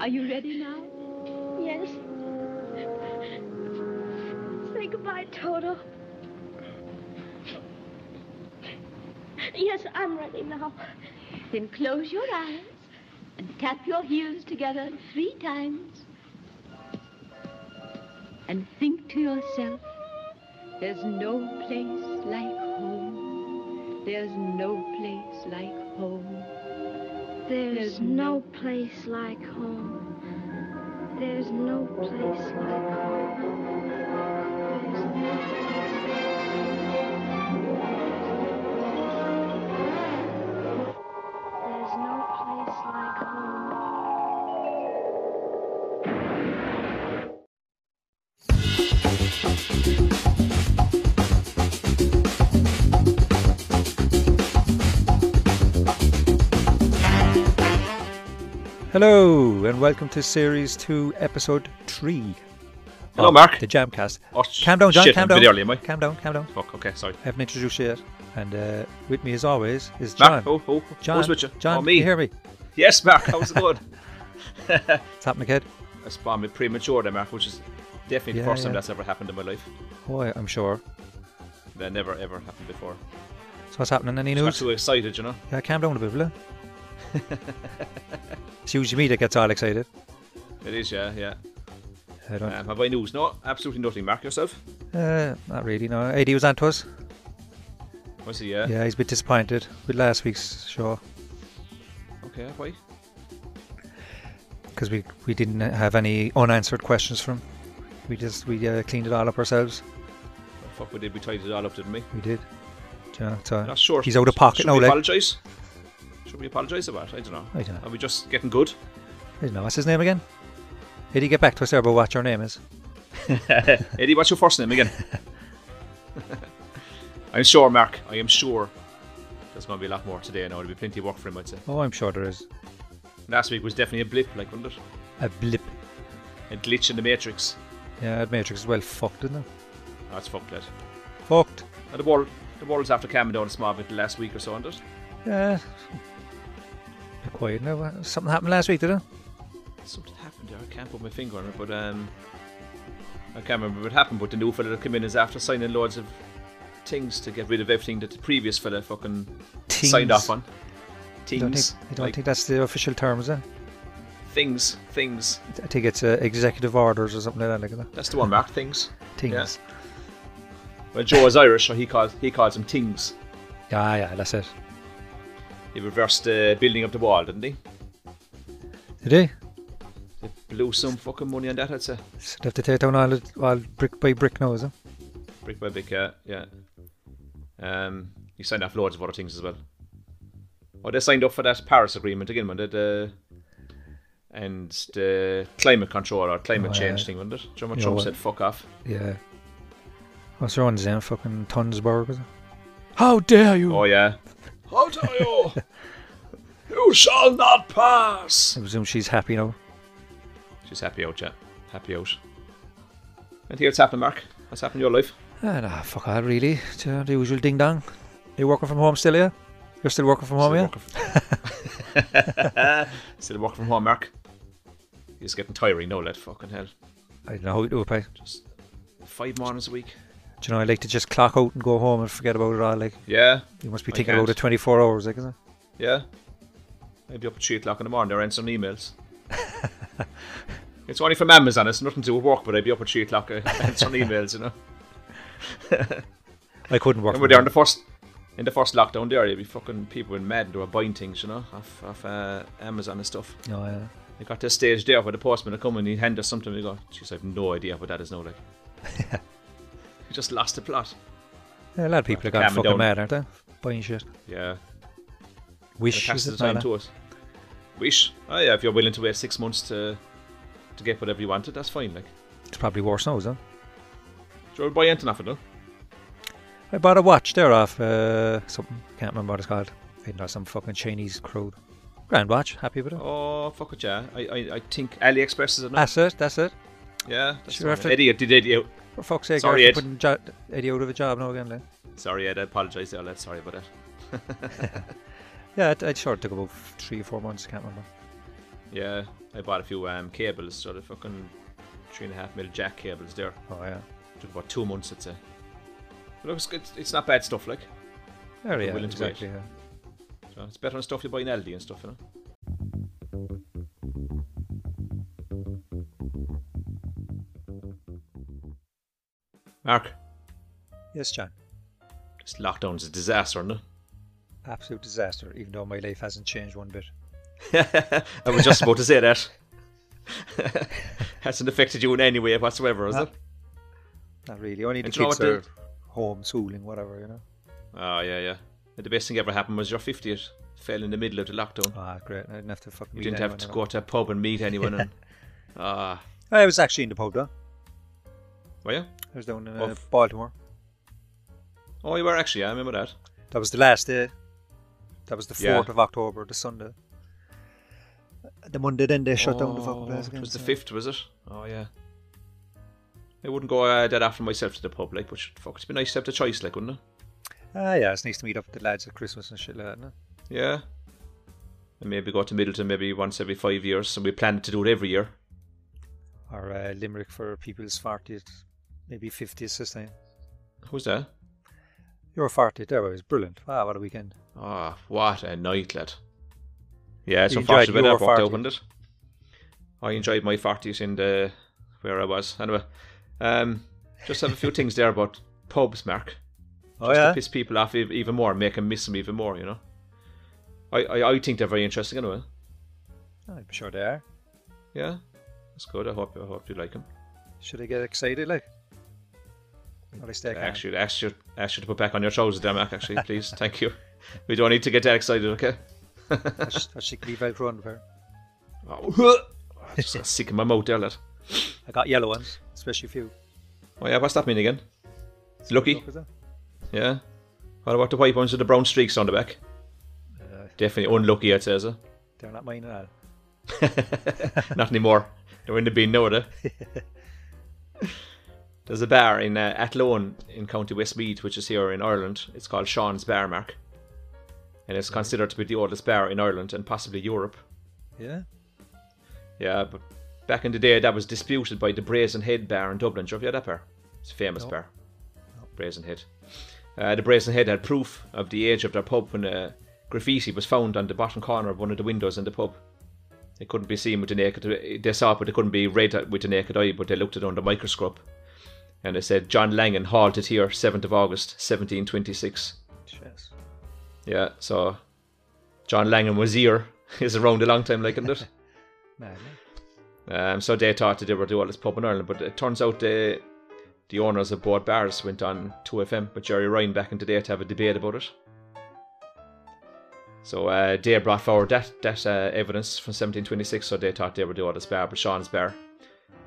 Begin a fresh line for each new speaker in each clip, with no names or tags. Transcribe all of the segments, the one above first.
Are you ready now?
Yes. Say goodbye, Toto. Yes, I'm ready now.
Then close your eyes and tap your heels together three times. And think to yourself, there's no place like home. There's no place like home.
There's no place like home. There's no place like home. There's no place like home.
Hello and welcome to series two, episode three.
Hello,
of
Mark.
The Jamcast.
Oh, sh-
Calm down, John.
shit,
calm
I'm
down.
Video early, am I?
Calm down. Calm down.
Fuck, okay, sorry.
I haven't introduced you yet. And uh, with me, as always, is John.
Mark, oh, oh, oh,
John.
who's with you?
John,
oh,
can
me.
you hear me?
Yes, Mark, how's it going?
It's happening, kid.
I spawned me premature there, Mark, which is definitely
Yeah,
the first time
yeah.
that's ever happened in my life.
Oh, I- I'm sure.
That never ever happened before.
So what's happening? Any
I got
news?
too excited, you know.
Yeah, calm down a bit, will you? It's usually me that gets all excited.
It is, yeah, yeah.
I don't.
Um, have I news? No, absolutely nothing. Mark yourself.
Uh, not really. No. AD was on to us.
Was he? Yeah.
Yeah, he's a bit disappointed with last week's show
Okay. Why?
because we we didn't have any unanswered questions from. We just we uh, cleaned it all up ourselves.
The fuck, we did. We tied it all up, didn't we?
We did. Yeah, so
Not sure.
He's out of pocket
Should
now,
we
like.
apologise? Should we apologise about? it? I don't know.
I don't know.
Are we just getting good?
I don't know. What's his name again? Did he get back to us there about what your name is?
Eddie, what's your first name again? I'm sure, Mark. I am sure. There's going to be a lot more today now. There'll be plenty of work for him, I'd say.
Oh, I'm sure there is.
Last week was definitely a blip, like, wasn't it?
A blip.
A glitch in the matrix.
Yeah, that Matrix is well fucked, isn't it?
That's fucked, lad.
Fucked.
And the world, the world's after calming down a small bit the last week or so, isn't it?
Yeah. Bit quiet now. Uh, Something happened last week, did it?
Something happened there. I can't put my finger on it, but um, I can't remember what happened. But the new fella that came in is after signing loads of things to get rid of everything that the previous fella fucking signed off on.
I
Things.
don't, think, I don't
like
think that's the official term, is it?
things. Things.
I think it's uh, executive orders or something like that. Like
That's the one, Mark. Things.
that. Things.
Well, Joe is Irish, so he calls he calls them things.
Yeah, yeah, that's it.
He reversed the building of the wall, didn't he?
Did he?
They blew some fucking money on that. I'd say
So they have to take down all, the- all brick by brick now, is it?
brick by brick. Yeah, yeah. Um, he signed off loads of other things as well. Oh, they signed up for that Paris Agreement again, wasn't it? Uh, and the climate control or climate
Oh,
change
yeah.
thing, wasn't it? German
You know
Trump
what?
said, "Fuck off."
Yeah. Oh, What's their own name? Fucking Tonsberg, is it? How dare you!
Oh yeah. How dare you? you shall not pass.
I presume she's happy now.
She's happy out, yeah. Happy out. And here's happened, Mark. What's happened in your life?
Ah, nah, fuck all, really. It's, uh, the usual ding dong. You working from home still, yeah? You're still working from home, yeah?
Still working from home, Mark. It's getting tiring now, lad. Fucking hell.
I don't know how you do it, pal.
Just five mornings a week.
Do you know, I like to just clock out and go home and forget about it all. Like,
Yeah,
you must be
I
thinking about it
can't.
24 hours, like, isn't it?
yeah. I'd be up at three o'clock in the morning. They're answering emails. it's only from Amazon. It's nothing to do with work, but I'd be up at three o'clock uh, answering emails. You know.
I couldn't work.
And
from
we're there in the
home.
first, in the first lockdown. There, you'd be fucking people in mad. They were buying things, you know, off, off uh, Amazon and stuff.
No, yeah.
They got to a stage there where the postman would come and he'd hand us something and you go, Jeez, I've no idea what that is now like. you just lost the plot.
Yeah, A lot of people are
Right,
gone
calm
fucking
down.
mad, aren't they? Buying shit.
Yeah. It
Wish.
passes
Is
the
it?
time
No, no.
to us. Wish. Oh yeah, if you're willing to wait six months to to get whatever you wanted, that's fine, like.
It's probably worse now, isn't it?
Do you buy anything off it though?
I bought a watch there off uh, something. Can't remember what it's called. I know some fucking Chinese crowd. Grand watch. Happy with it.
Oh fuck it, yeah. I I, I think AliExpress is enough.
That's it. That's it.
yeah, that's
Ah, sure,
sure
after-
Eddie did Eddie
For fuck's sake,
Sorry,
Sorry,
Ed.
putting jo- Eddie out of a job now again. Like.
sorry Ed, I apologise there, lad, sorry about that.
Yeah, it, it sure took about three or four months. Can't remember.
Yeah, I bought a few um, cables, so the fucking three and a half mil jack cables there.
Oh yeah.
Took about two months, I'd say. But look, it's, it's, it's not bad stuff, like.
Oh yeah.
willing to wait.
Exactly. Yeah.
So it's better than stuff you buy in Aldi and stuff, you know. Mark,
Yes, John.
this lockdown's a disaster, isn't
Absolute disaster. Even though my life hasn't changed one bit.
it? I was just about to say that. Hasn't affected you in any way whatsoever, has
No.
it?
Not really. Only the
It's not
kids
what
are homeschooling, whatever you know.
Oh, yeah, yeah. And the best thing ever happened was your 50th fell in the middle of the lockdown.
Ah, great. I didn't have to fucking.
you
meet
didn't have
anyone,
to
you know.
go to a pub and meet anyone. and Ah,
I was actually in the pub though.
were you?
I was down in uh,
Of-
Baltimore.
Oh, you were actually, I remember that.
That was the last day. That was the
Yeah.
fourth of October, the Sunday. The Monday, then they shut down the fucking
Oh,
place again.
It was the
so-
fifth, was it? Oh yeah. I wouldn't go uh, that after myself to the pub, like, but fuck, it'd be nice to have the choice, like, wouldn't it?
Ah, yeah, it's nice to meet up with the lads at Christmas and shit like that. No?
Yeah. And maybe go to Middleton maybe once every five years, and we planned to do it every year.
Or uh, Limerick for people's 40th, maybe 50th this time.
Who's that?
Your 40th there was brilliant. Wow, what a weekend.
Ah, what a night, lad. Yeah, it's
You
unfortunate
enjoyed
that
your
worked out,
40th.
wasn't it? I enjoyed my forties in the where I was. Anyway, um, just have a few things there about pubs, Mark.
Oh,
just
yeah?
to piss people off ev- even more, make them miss them even more. You know, I I, I think they're very interesting anyway.
Ah, I'm sure they are.
Yeah, that's good. I hope I hope you like them.
Should I get excited, like? At least I can.
Ask you, ask you, ask you to put back on your trousers, there, Mark. Actually, please, thank you. We don't need to get that excited, okay?
I should, I should leave out for underwear.
Oh, I just got sick in my mouth there, lad.
I got yellow ones, especially few.
Oh yeah, what's that mean again? It's lucky.
Look at that.
Yeah. What about the white ones with the brown streaks on the back?
Uh,
Definitely unlucky, I'd say. So.
They're not mine at all.
Not anymore. They're in the bin now, are they? There's a bar in uh, Athlone in County Westmeath, which is here in Ireland. It's called Sean's Bar Mark. And it's considered to be the oldest bar in Ireland and possibly Europe.
Yeah?
Yeah, but back in the day, that was disputed by the Brazen Head Bar in Dublin. Do you ever hear that bar? It's a famous
No.
bar. Brazen Head. Uh, the Brazen Head had proof of the age of their pub when uh, graffiti was found on the bottom corner of one of the windows in the pub. It couldn't be seen with the naked. They saw it, but they couldn't be read with the naked eye. But they looked at it under microscope, and they said John Langan halted here, seventh of August, seventeen twenty-six.
Yes.
Yeah, so John Langan was here. Is around a long time, like isn't it?
Nah, no.
Um, so they thought that they were the oldest pub in Ireland, but it turns out the the owners of both bars went on 2FM with Jerry Ryan back in the day to have a debate about it. So uh, they brought forward that that uh, evidence from 1726, so they thought they were the oldest bar, but Sean's bar,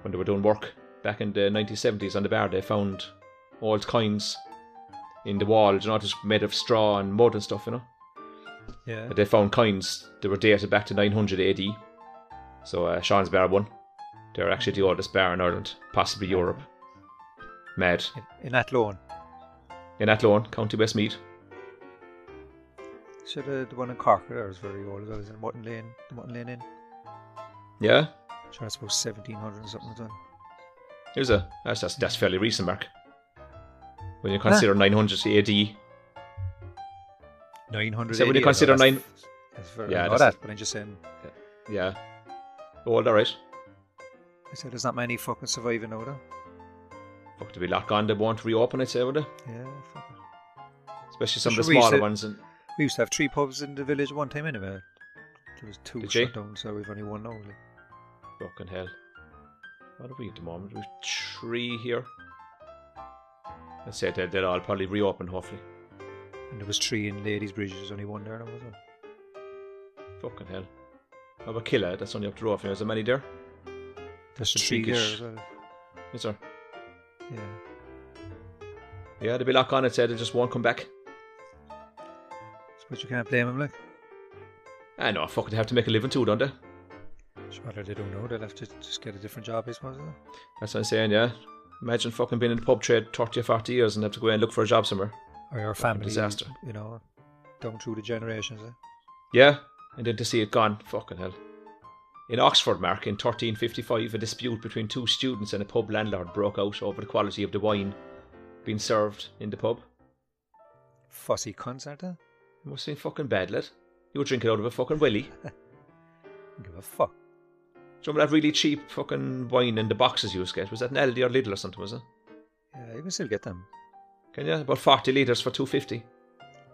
when they were doing work back in the 1970s on the bar, they found old coins in the wall, you know, just made of straw and mud and stuff, you know.
Yeah.
But they found coins that were dated back to 900 AD. So uh, Sean's Bar won. They're actually the oldest bar in Ireland, possibly Europe. Mad.
In, in that loan.
In Athlone, County Westmeath.
So the, the one in Cork there was very old as well, is in Mutton Lane, the Mutton Lane Inn.
Yeah?
Sure, I suppose 1700 and something. as well.
Here's a. That's, that's, that's fairly recent, Mark. When you consider 900 AD.
900.
So when you consider nine-
That's very, I
Yeah,
know
that's-
that, but I'm just saying,
Yeah. Old, alright.
I said there's not many fucking surviving now, though.
Fuck, to be locked on, they won't reopen, I'd say, would they?
Yeah, fuck it.
Especially some of the
Should we
smaller
sit-
ones. And
We used to have three pubs in the village at one time anyway. There was two
Did you?
shut down, so we've only one now. Like.
Fucking hell. What have we at the moment? We've three here. I'd say they- they'll all probably reopen, hopefully.
And there was three in Ladies Bridge, there's only one there now, was there?
Fucking hell. How about Killer? That's only up the road from here. Is there many there?
There's
the
three there
biggest-
as well.
Is there?
Yeah.
Yeah, they'll be locked on. It said they just won't come back.
Suppose you can't blame them, like.
I know, fucking have to make a living too, don't they?
Sure, they don't know, they'll have to just get a different job, I suppose. eh?
That's what I'm saying, yeah. Imagine fucking being in the pub trade 30 or 40 years and have to go and look for a job somewhere.
Or your family.
disaster.
You know, down through the generations. Eh?
Yeah, and then to see it gone. Fucking hell. In Oxford, Mark, in 1355, a dispute between two students and a pub landlord broke out over the quality of the wine being served in the pub.
Fussy cunts, aren't they?
It must have been fucking bad, lad. You were drinking out of a fucking willy.
Don't give a fuck.
Do you remember that really cheap fucking wine in the boxes you used to get? Was that an Aldi or Lidl or something, was it?
Yeah, you can still get them.
Can you? About 40 litres for 250.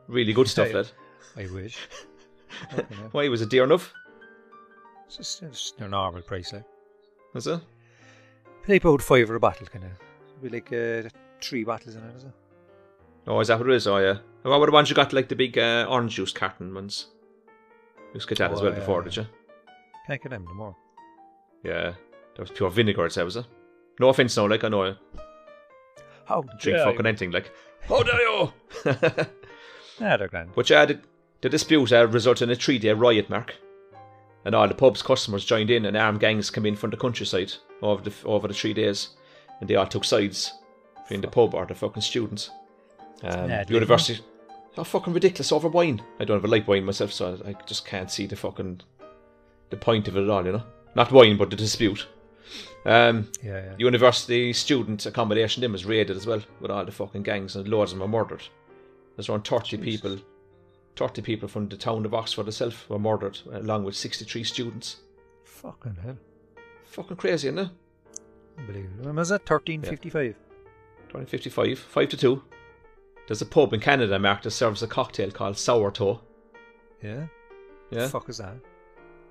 Really good stuff,
Yeah.
lad.
I wish. Fucking hell.
Why, was it dear enough?
it's just, it's just a normal price, like.
Was it?
They put five for a bottle, kind of. Be like uh, three bottles in it, is it?
Oh, is that what it is? Oh, yeah. And What were the ones you got, like the big uh, orange juice carton ones? You used to get that as
Oh,
well
yeah,
before,
yeah.
did you?
Can't get them no more.
Yeah. That was pure vinegar, it was it? No offence, no, like, I know I
How
drink
dare
fucking
you.
anything, like, how dare you!
Nah, they're grand.
Which added the dispute uh, resulted in a three day riot, Mark. And all the pub's customers joined in, and armed gangs came in from the countryside over the, over the three days. And they all took sides between the pub or the fucking students. Um,
mad,
university. Oh, fucking ridiculous over wine. I don't ever like wine myself, so I, I just can't see the fucking the point of it at all, you know? Not wine, but the dispute. Um,
Yeah, yeah.
University student accommodation them was raided as well with all the fucking gangs and loads of them were murdered. There's around 30 people, 30 people from the town of Oxford itself were murdered along with 63 students.
Fucking hell.
Fucking crazy, isn't it?
Unbelievable. When was that? 1355.
2055, 5 to 2. There's a pub in Canada, Mark, that serves a cocktail called Sourtoe.
Yeah?
Yeah.
fuck is that?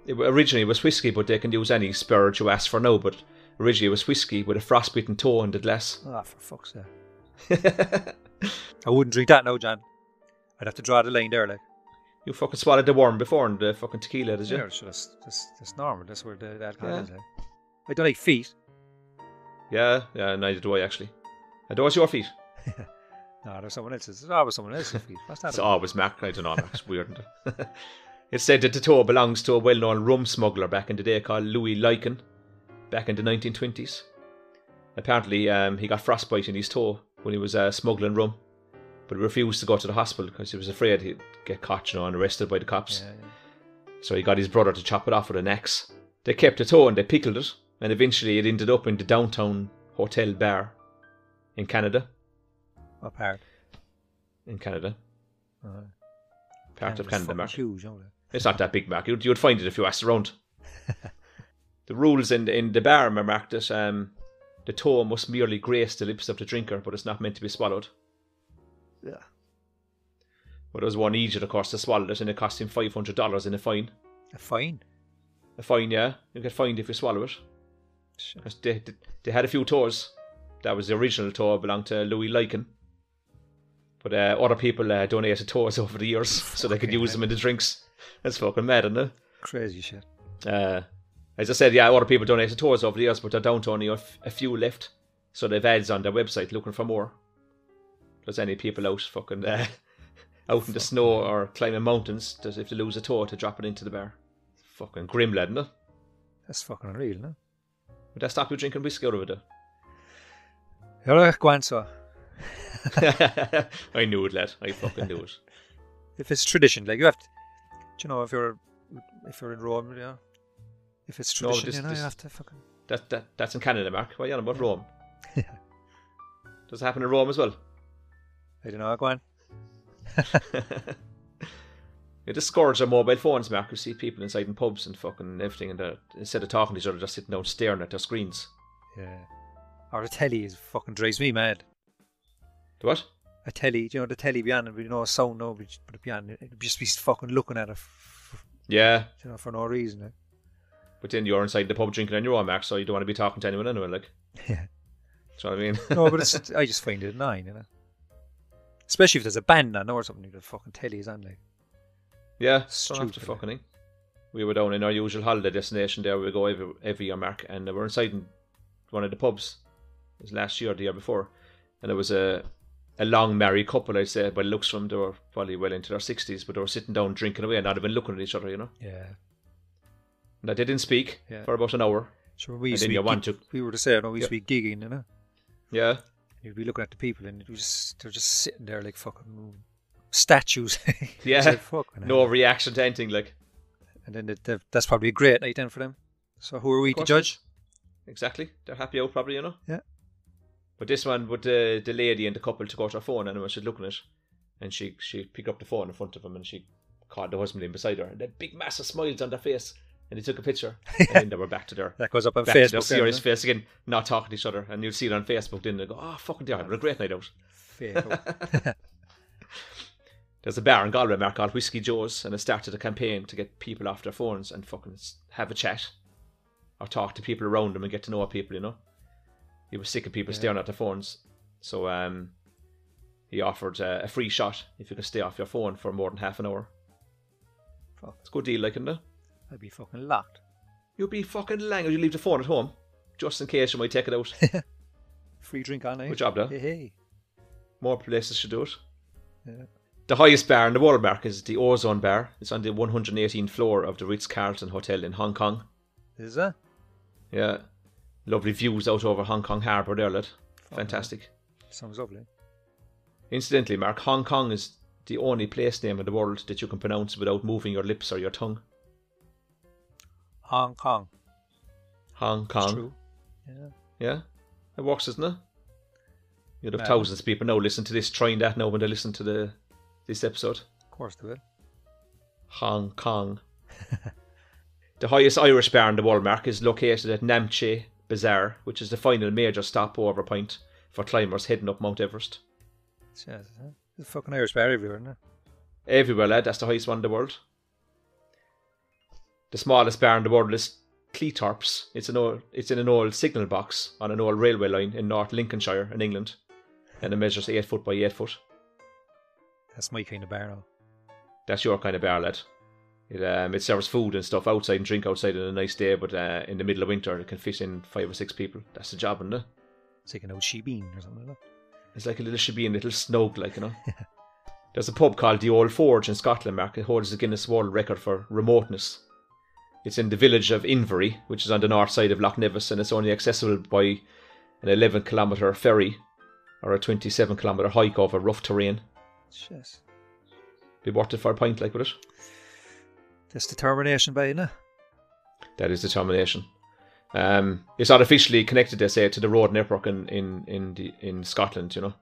It, wa- originally it was whiskey, but they can use any spirit you ask for now, but originally it was whiskey with a frostbitten toe in the glass.
Ah, for fuck's sake. I wouldn't drink that now, John. I'd have to draw the line there, like.
you fucking swallowed the worm before and the fucking tequila, did you?
Yeah, sure, that's, that's, that's normal. That's where the, that
Yeah.
is, like. I don't like feet.
Yeah, yeah, neither do I actually. And was your feet?
No, there's someone else's. There's always someone else's feet. What's that?
It's
about?
always Mac. I don't know, Mac. It's weird. isn't it? it said that the toe belongs to a well known rum smuggler back in the day called Louis Lycan, back in the 1920s. Apparently, um, he got frostbite in his toe when he was uh, smuggling rum, but he refused to go to the hospital because he was afraid he'd get caught you know, and arrested by the cops.
Yeah, yeah.
So he got his brother to chop it off with an axe. They kept the toe and they pickled it, and eventually it ended up in the downtown hotel bar in Canada.
What part?
In Canada.
Uh,
Part of
Canada's
Canada,
fucking
Mark.
Huge, you know, like.
It's not that big, Mark. You'd, you'd find it if you asked around. the rules in in the bar are marked that um, the toe must merely grace the lips of the drinker, but it's not meant to be swallowed.
Yeah.
But there was one Egypt, of course, that swallowed it, and it cost him five hundred dollars in a fine.
A fine.
A fine, yeah. You get fined if you swallow it.
Shit.
'Cause They, they, they had a few tours. That was the original tour, belonged to Louis Lycan. But uh, other people uh, donated tours over the years, so they could
Fucking
use them in the drinks. That's fucking mad, isn't it?
Crazy shit.
Uh, as I said, yeah, a lot of people donated tours over the years, but they're down to only a, f- a few left. So they've ads on their website looking for more. If there's any people out fucking uh, out in the snow or climbing mountains, does if they lose a tour to drop it into the bar. Fucking grim, lad, isn't it?
That's fucking unreal, no?
Would that stop you drinking whiskey out of it?
Yeah, go on, so.
though? I knew it, lad. I fucking knew it.
if it's tradition, like you have to, do you know, if you're if you're in Rome, you know, if it's
No,
tradition,
this-
you know,
this-
you have to fucking.
That, that that's in Canada, Mark. Why are you on about Rome? Does it happen in Rome as well?
I don't know, go on.
It just scourge on mobile phones, Mark. You see people inside in pubs and fucking everything, and they're- instead of talking to each other, just sitting down staring at their screens.
Yeah. Or the telly is fucking drives me mad.
The what?
A telly, do you know, the telly beyond, and we know sound, no, but but beyond, it'd just be fucking looking at it, f- f-
Yeah,
you know, for no reason. eh? Like.
but then you're inside the pub drinking on your own, Mark, so you don't want to be talking to anyone anyway, like.
Yeah.
Do you know what I mean?
No, but it's I just find it annoying, you know. Especially if there's a band on or something, the fucking telly is on, like.
yeah, don't have to
Stupid, eh?
fucking. eh? We were down in our usual holiday destination there. We go every every year, Mark, and we were inside in one of the pubs. It was last year, or the year before, and there was a a long married couple, I'd say, by the looks from them, they were probably well into their sixties, but they were sitting down drinking away and not even looking at each other, you know.
Yeah.
No, they didn't speak
Yeah.
for about an hour.
Sure, we
And
used to
then
be
you
gig-
want to-
we were the same, no, we used
Yeah.
to be gigging, you know.
Yeah,
You'd be looking at the people, and it was just, they're just sitting there like fucking statues. It's
yeah.
like, fucking
no
hell.
reaction to anything. Like,
And then the, the, that's probably a great night then for them. So who are we to
course
judge?
Exactly. They're happy out probably, you know?
Yeah.
But this one would uh, the lady and the couple took out her phone and when she'd look at it and she she picked up the phone in front of him and she caught the husband in beside her and that big mass of smiles on their face and they took a picture and then they were back to their
That goes up on
back to their
Facebook. then,
serious
eh?
face again, not talking to each other and you'll see it on Facebook then they go, Oh fucking dear, I had a great night out.
Fatal.
There's a bar in Galway, Mark, called Whiskey Joe's, and it started a campaign to get people off their phones and fucking s- have a chat or talk to people around them and get to know people, you know? He was sick of people staring at their phones. So um, he offered uh, a free shot if you could stay off your phone for more than half an hour.
Fuck.
It's a good deal, like, isn't it?
I'd be fucking locked.
You'll be fucking lang if you leave the phone at home, just in case you might take it out.
Free drink on night.
Good job, though.
Hey, hey.
More places should do it.
Yeah.
The highest bar in the Watermark is the Ozone Bar. It's on the 118th floor of the Ritz Carlton Hotel in Hong Kong.
Is uh, that?
Yeah. Lovely views out over Hong Kong Harbour there, lad. Fantastic.
Sounds lovely.
Incidentally, Mark, Hong Kong is the only place name in the world that you can pronounce without moving your lips or your tongue.
Hong Kong.
Hong
It's
Kong.
true. Yeah.
Yeah. It works, doesn't it? You'd have
Mad.
thousands of people now listen to this, trying that now when they listen to the this episode.
Of course they will.
Hong Kong. the highest Irish bar in the world, Mark, is located at Namche Bazaar, which is the final major stopover point for climbers heading up Mount Everest.
Jesus, huh? uh, There's fucking Irish bar everywhere, isn't there?
Everywhere, lad. That's the highest one in the world. The smallest bar in the world is Cleethorpes. It's an old, it's in an old signal box on an old railway line in North Lincolnshire in England, and it measures eight foot by eight foot.
That's my kind of bar now.
That's your kind of bar, lad. It um, it serves food and stuff outside and drink outside on a nice day, but uh, in the middle of winter it can fit in five or six people. That's the job, isn't it?
It's like an old she bean or something like
It's like a little shebeen, little snog, like, you know. There's a pub called the Old Forge in Scotland, Mark. It holds the Guinness World Record for remoteness. It's in the village of Invery, which is on the north side of Loch Nevis, and it's only accessible by an 11 kilometre ferry or a 27 kilometre hike over rough terrain.
that. Jeez.
Be worth it for a pint, like, would it?
That's determination by, isn't it?
That is determination. Um, it's not officially connected, they say, to the road network in in in, the, in Scotland. You know,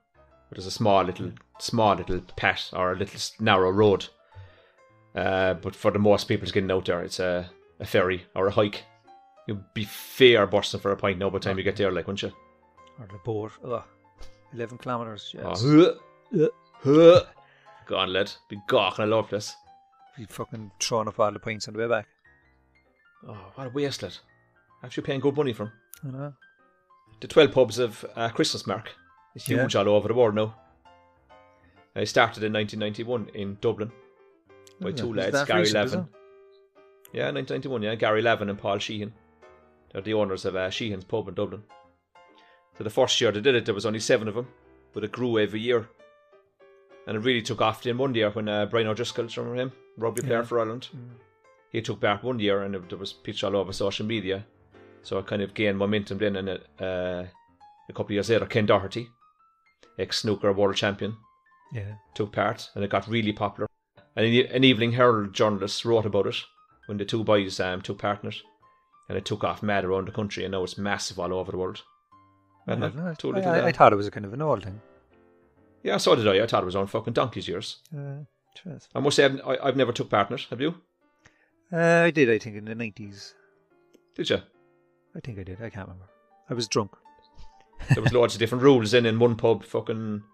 but there's a small little small little pat or a little s- narrow road. Uh, but for the most people getting out there, it's a, a ferry or a hike. You'll be fair bursting for a pint now by the time you get there, like, won't you?
Or the boat. Ugh. 11 kilometres. Yes.
Oh, huh, huh. Go on, lad. Be gawking all over the place.
Be fucking throwing up all the pints on the way back.
Oh, what a waste, lad. Actually paying good money from.
You know?
the 12 pubs of uh, Christmas Mark. It's
Yeah.
huge all over the world now. Uh, It started in 1991 in Dublin by
Isn't
two
it? Isn't
lads,
that
Gary
recent, is
Levin. Yeah, 1991, yeah. Gary Levin and Paul Sheehan. They're the owners of uh, Sheehan's Pub in Dublin. So the first year they did it, there was only seven of them, but it grew every year. And it really took off in one year when uh, Brian O'Driscoll, do you remember him? Rugby player
Yeah.
for Ireland. He took back one year and it- there was pictures all over social media. So I kind of gained momentum then, and it, uh, a couple of years later, Ken Doherty, ex snooker world champion,
it? Yeah.
took part, and it got really popular. And an, e, an Evening Herald journalist wrote about it when the two boys um, took part in it, and it took off mad around the country, and now it's massive all over the world. Mad,
I,
man.
don't know.
Too
I-
little,
I,
uh,
I thought it was a kind of an old thing.
yeah, so did I. I thought it was on fucking donkey's years.
Uh, cheers.
I must say, I've, I, I've never took part in it. Have you?
Uh, I did, I think, in the 90s.
Did you?
I think I did. I can't remember. I was drunk.
There was loads of different rules in in one pub. Fucking,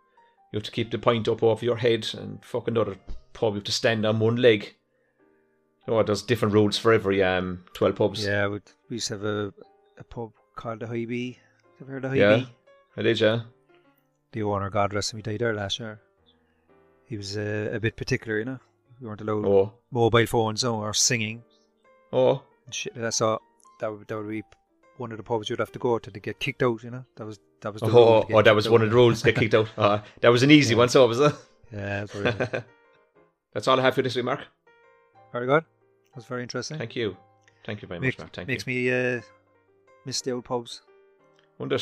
you have to keep the pint up over your head, and fucking another pub you have to stand on one leg. Oh, there's different rules for every um twelve pubs.
Yeah, we we used to have a, a pub called the High Bee. Have you heard of High
Yeah.
Bee?
I did, yeah.
The owner, God rest him, he died there last year. He was uh, a bit particular, you know. We weren't allowed
Oh,
mobile phones no, or singing
oh,
and shit. like that. So that would that would be one of the pubs you'd have to go to to get kicked out. You know, that was that was. The rule
oh,
to get
oh, that
kicked
was
out.
one of the rules. Get kicked out. Uh, that was an easy
Yeah.
one, so was it?
Yeah, that's very good.
That's all I have for this week, Mark.
very good. That was very interesting.
Thank you, thank you very
Makes,
much, Mark. Thank
makes
you.
me uh, miss the old pubs.
Wonder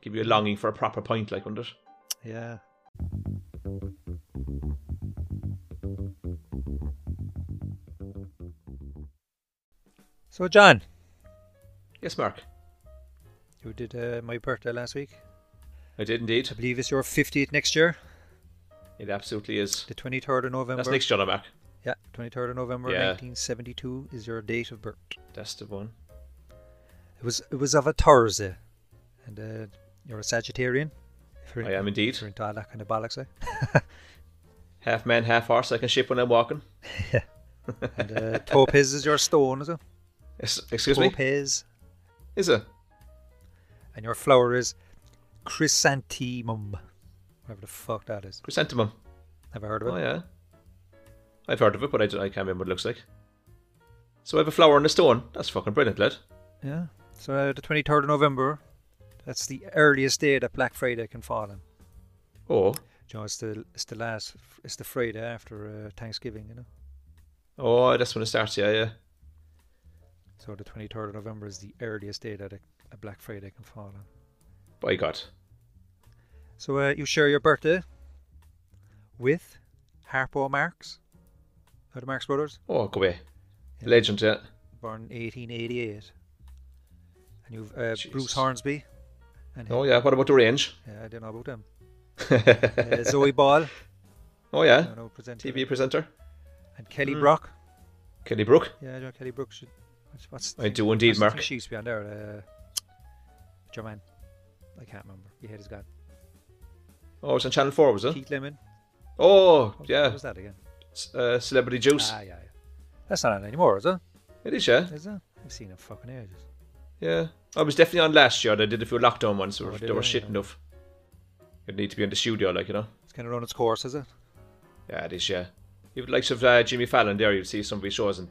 give you a longing for a proper pint, like wonder.
Yeah. So, John,
Yes, Mark.
Who did uh, my birthday last week?
I did indeed.
I believe it's your 50th next year,
It absolutely is.
the 23rd of November.
That's next year, Mark.
Yeah, 23rd of November,
Yeah.
1972 is your date of birth.
That's the one.
It was it was of a Thursday, and uh, you're a Sagittarian. If you're,
I am indeed.
If you're into all that kind of bollocks, eh?
Half man, half horse. I can ship when I'm walking.
And uh, Topaz is your stone, is it?
Es- excuse me.
Topaz,
Is it?
and your flower is chrysanthemum. Whatever the fuck that is.
Chrysanthemum.
Never heard of it.
Oh yeah. I've heard of it, but I, d- I can't remember what it looks like. So I have a flower and a stone. That's fucking brilliant, lad.
Yeah. So uh, the 23rd of November, that's the earliest day that Black Friday can fall on.
Oh.
You know, it's the it's the last it's the Friday after uh, Thanksgiving, you know.
Oh, that's when it starts. Yeah, yeah.
So the 23rd of November is the earliest day that a, a Black Friday can fall on.
By God.
So uh, you share your birthday with Harpo Marx, of the Marx Brothers,
Oh, go away.
Yeah.
Legend, yeah.
born 1888, and you've uh, Bruce
Jesus.
Hornsby. And
Oh yeah. What about the range?
yeah, I don't know about them. Uh, Zoe Ball,
oh yeah.
no, no presenter,
TV presenter.
and Kelly
Mm.
Brock.
Kelly Brook.
Yeah, John Kelly Brook should. What's, what's the
I
thing-
do Oh, indeed,
what's the thing
Mark.
She used to be on there. Uh, Jermaine. I can't remember. He hit his god.
Oh, it's on Channel Four, was it?
Keith Lemon.
Oh,
What, What
yeah.
was that again?
S- Uh, Celebrity Juice. Er
Ah, yeah, yeah. That's not on anymore, is it?
It is, yeah.
Is it? I've seen it fucking ages.
Yeah. I was definitely on last year. They did a few lockdown ones. They
Oh,
were,
did
they were
they?
shit enough. You'd need to be in the studio, like, you know.
It's kind of run its course, is it?
Yeah, it is, yeah. You would like of uh, Jimmy Fallon there, you'd see some of his shows and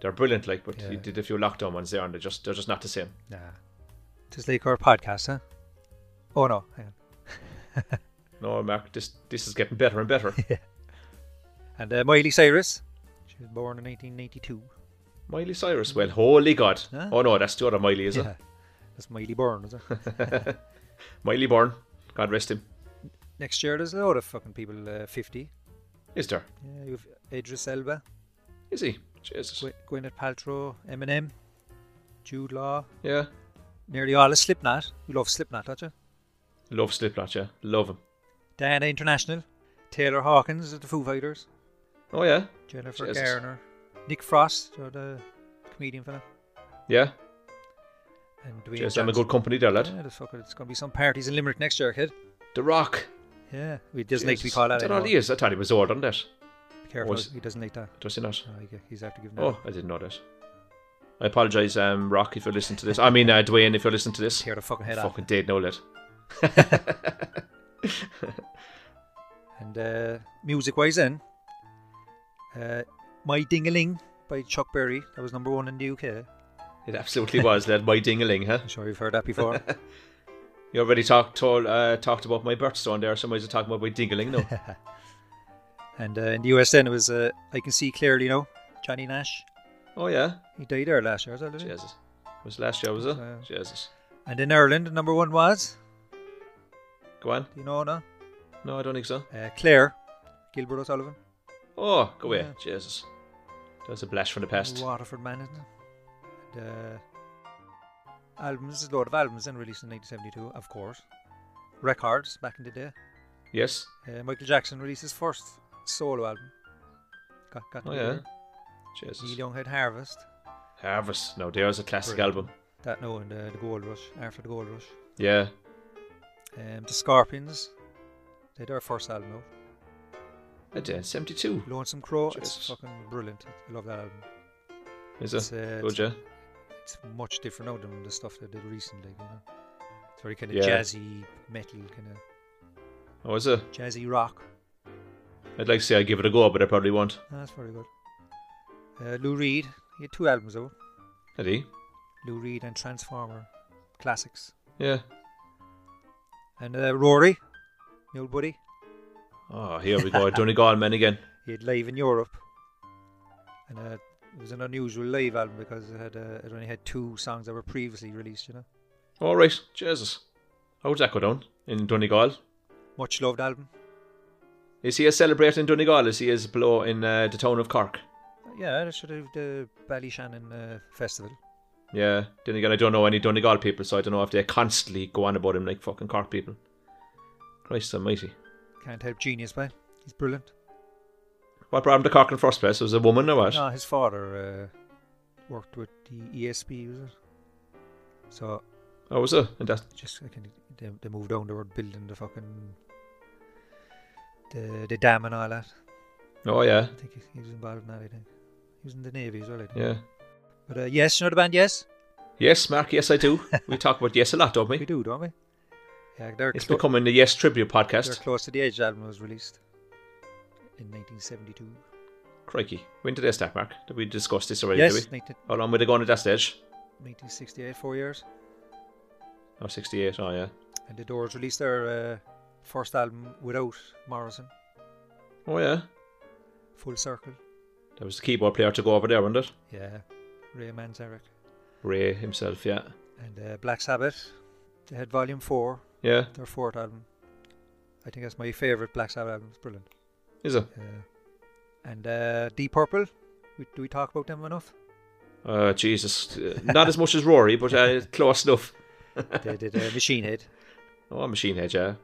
they're brilliant, like, but he
Yeah.
did a few lockdown ones there and they're just, they're just not the same.
Nah. Just like our podcast, huh? Oh no, hang on.
No, Mark, this this is getting better and better.
And uh, Miley Cyrus. She was born in 1992.
Miley Cyrus, well, holy God.
Huh?
Oh no, that's the other Miley, is
Yeah. That's Miley Byrne, is it?
it? Miley Bourne, God rest him.
Next year, there's a lot of fucking people uh, 50.
Is there?
Yeah, you've Idris Elba.
Is he? Jesus.
Gwy- Gwyneth Paltrow, Eminem, Jude Law,
Yeah.
nearly all of Slipknot. You love Slipknot, don't you?
Love Slipknot, yeah. Love him.
Diana International, Taylor Hawkins of the Foo Fighters,
Oh yeah.
Jennifer
Jesus.
Garner, Nick Frost, or the comedian fella,
Yeah.
and Dwayne
Yes, I'm a
Johnson.
good company there, lad.
Yeah, the fucker, it's going to be some parties in Limerick next year, kid.
The Rock.
Yeah, he doesn't like to be
Jesus.
called that
I don't know
anymore.
what he is. I thought he was old on that.
Be careful,
Was-
he doesn't like that.
Does he not?
No, he- Oh, he's after giving that.
Oh, I didn't know that. I apologise, um, Rock, if you're listening to this. I mean, uh, Dwayne, if you're listening to this.
tear the fucking head off.
Fucking dead, no, lad.
And uh, music wise, then, uh, My Ding a Ling by Chuck Berry, that was number one in the UK.
It absolutely was, lad. My dingaling, huh?
I'm sure you've heard that before.
You already talked told, uh, talked about my birthstone there. Somebody's talking about my dingaling, no?
And uh, in the US then it was uh, I can see clearly now Johnny Nash.
oh, yeah.
He died there last year, is that it?
Jesus. Was it last year, was it?
Yeah.
Jesus.
And in Ireland, number one was
Go on.
do you know now?
No, I don't think so.
Uh, Claire, Gilbert O'Sullivan,
Oh, go away.
Yeah.
Jesus. That's a blast from the past.
Waterford man, isn't it? And, uh, albums, there's a lot of albums then released in 1972, of course. Records back in the day.
Yes.
Uh, Michael Jackson released his first solo album. Got, got to
Oh,
be
yeah.
there. Neil
Jesus.
Young had Harvest.
Harvest. No, there's a classic
Brilliant.
album.
That no, and uh, the Gold Rush after the Gold Rush.
Yeah.
Um, the Scorpions, they had their first album out.
I did. 72.
Lonesome Crow, it's
Jesus.
fucking brilliant. I love that album.
Is
It's,
it?
uh,
Good, yeah.
It's much different now than the stuff they did recently. You know, it's very kind of
Yeah.
jazzy metal, kind of
Oh, is it?
jazzy rock.
I'd like to say I give it a go, but I probably won't.
Ah, that's very good. Uh, Lou Reed, he had two albums out.
Had he?
Lou Reed and Transformer, classics.
Yeah.
And uh, Rory, my old buddy,
Oh, here we go. Donegal men again.
he had live in Europe. And uh, it was an unusual live album because it had uh, it only had two songs that were previously released. You know,
All right. Jesus. How'd that go down in Donegal?
much loved album.
Is he as celebrating Donegal as he is below in uh, the town of Cork?
Yeah, they should have the Ballyshannon uh, festival.
Yeah. Then again, I don't know any Donegal people, so I don't know if they constantly go on about him like fucking Cork people. Christ almighty.
Can't help genius, man. He's brilliant.
What brought him to Cork in the first place? Was it a woman or what?
No, uh, his father uh, worked with the ESP, was it? So
Oh, was it? And that's
just I can, they, they moved on. They were building the fucking the the dam and all that.
oh yeah,
I think he, he was involved in that. I think he was in the navy as well. I think.
yeah.
But uh, yes, you know the band. Yes,
Yes, Mark. Yes, I do. we talk about yes a lot, don't
we
we?
do, don't we? Yeah, they're
It's
clo-
becoming the Yes Tribute
they're
podcast.
close to the age. The album was released in 1972.
Crikey, when did they start, Mark? Did we discuss this already?
yes,
Did we?
19-
How long were they going at that stage?
1968, four years.
Oh, 68. Oh yeah.
And the Doors released their uh, first album without Morrison,
Oh yeah.
Full Circle.
There was the keyboard player to go over there, wasn't it?
Yeah, Ray Manzarek.
Ray himself. Yeah.
And uh, Black Sabbath, they had Volume 4,
Yeah.
their fourth album. I think that's my favourite Black Sabbath album, it's brilliant.
Is it?
Yeah. And uh, Deep Purple, we, do we talk about them enough?
Uh, Jesus. Uh, Not as much as Rory, but uh, close enough.
they did uh, Machine Head.
Oh, Machine Head. Yeah.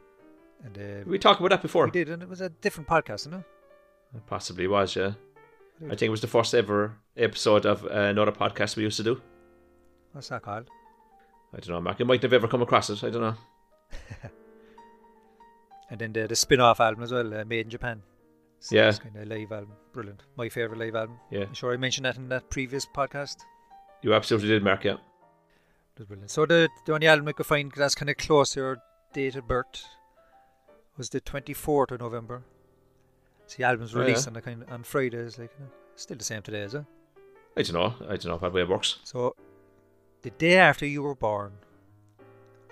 And uh,
Did we talked about that before.
we did, and it was a different podcast, isn't it?
Possibly was. Yeah. I think it was the first ever episode of uh, another podcast we used to do.
What's that called?
I don't know, Mark. You might have ever come across it. I don't know.
And then the, the spin off album as well, uh, Made in Japan. So
Yeah.
Kind of live album. Brilliant. My favourite live album.
Yeah.
I'm sure I mentioned that in that previous podcast.
You absolutely did, Mark. Yeah.
It was brilliant. So the, the only album I could find that's kind of close to your date of birth was the 24th of November. See, albums
Oh,
released
yeah.
on the kind on Fridays, like you know, still the same today, is it?
I don't know. I don't know how way it works.
So the day after you were born,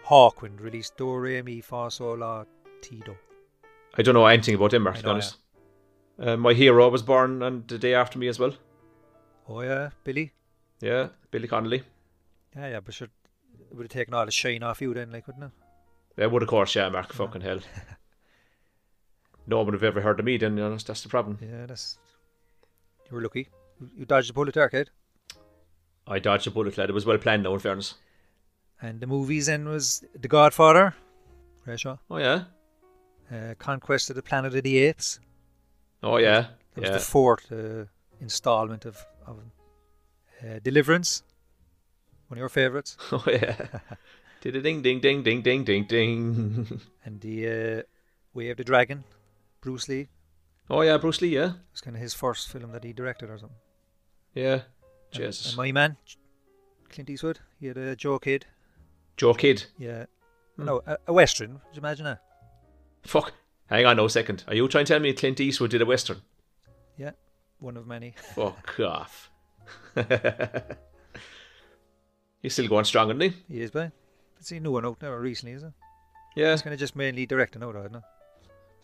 Hawkwind released Do Re Mi Fa Sol La Ti Do.
I don't know anything about him, Mark,
I
to be
know,
honest. Uh, my hero was born on the day after me as well.
Oh yeah, Billy.
Yeah, Billy Connolly.
Yeah, yeah, but sure, it would have taken all the shine off you then, like, wouldn't it?
That would, of course, yeah, Mark. Fucking hell. no one would have ever heard of me, then, to be honest. That's the problem.
Yeah, that's. You were lucky. You- You dodged a bullet there, kid.
I dodged a bullet, lad. It was well planned, though, in fairness.
And the movies then was The Godfather, Rashaw,
Oh, yeah.
uh, Conquest of the Planet of the Apes.
Oh, yeah.
That
yeah.
was the fourth uh, installment of, of uh, Deliverance, one of your favourites.
oh, yeah. Did a ding, ding, ding, ding, ding, ding, ding.
And The uh, Way of the Dragon, Bruce Lee.
oh, yeah, Bruce Lee, yeah.
It was kind of his first film that he directed or something.
Yeah.
And-
Jesus.
And my man, Clint Eastwood, he had a Joe Kid.
Joe Kidd.
Yeah.
Hmm.
No, a, a Western. Would you imagine that?
Fuck. Hang on no second. Are you trying to tell me Clint Eastwood did a Western?
One of many.
Fuck off. He's still going strong, isn't he?
He is, but it's a new one out now recently, is it?
Yeah.
It's kind of just mainly directing out, isn't it?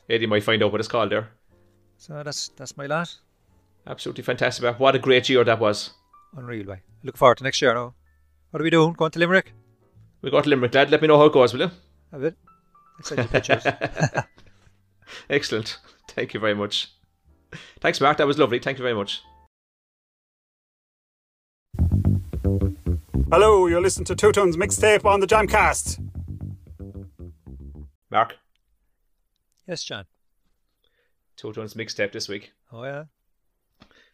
Eddie might find out what it's called there.
So that's that's my lot.
Absolutely fantastic. man. What a great year that was.
Unreal, way. Look forward to next year now. What are we doing? Going to Limerick?
We got Limerick, lad. Let me know how it goes, will you?
A bit. I'll send you pictures.
Excellent. Thank you very much. Thanks, Mark. That was lovely. Thank you very much.
Hello, you're listening to Two Tones Mixtape on the Jamcast.
Mark,
yes, John.
two tones mixtape this week.
Oh yeah.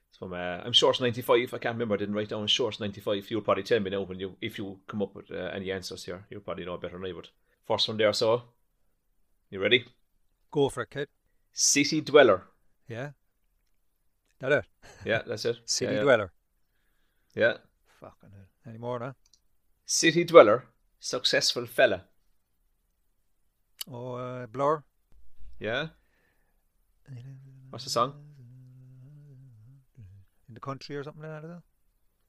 It's from uh, I'm short 95. I can't remember. I didn't write down short 95. You'll probably tell me now when you if you come up with uh, any answers here. You'll probably know better than I would. First one there. So, you ready?
Go for it, kid.
City dweller.
Yeah. That it.
Yeah, that's it.
City
yeah, yeah.
dweller.
Yeah.
Fucking hell. Any more now?
City dweller. Successful fella.
Oh, uh, Blur.
Yeah. What's the song?
In the country or something like that. is it?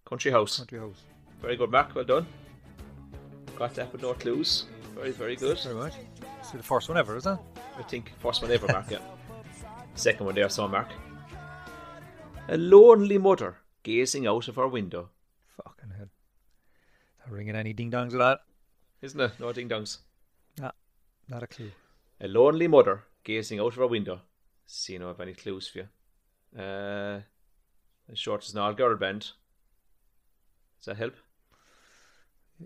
Country house.
Country house.
Very good, Mark. Well done. Got that with no clues. Very, very good.
Thanks very much. It's the first one ever, isn't it?
I think first one ever, Mark. Yeah. Second one there, so Mark. A lonely mother gazing out of her window,
Fucking hell. Not ringing any ding dongs of that.
isn't it? No ding dongs.
Not a clue.
A lonely mother gazing out of her window. See, no, have any clues for you. Uh, in short, it's an all-girl band. Does that help?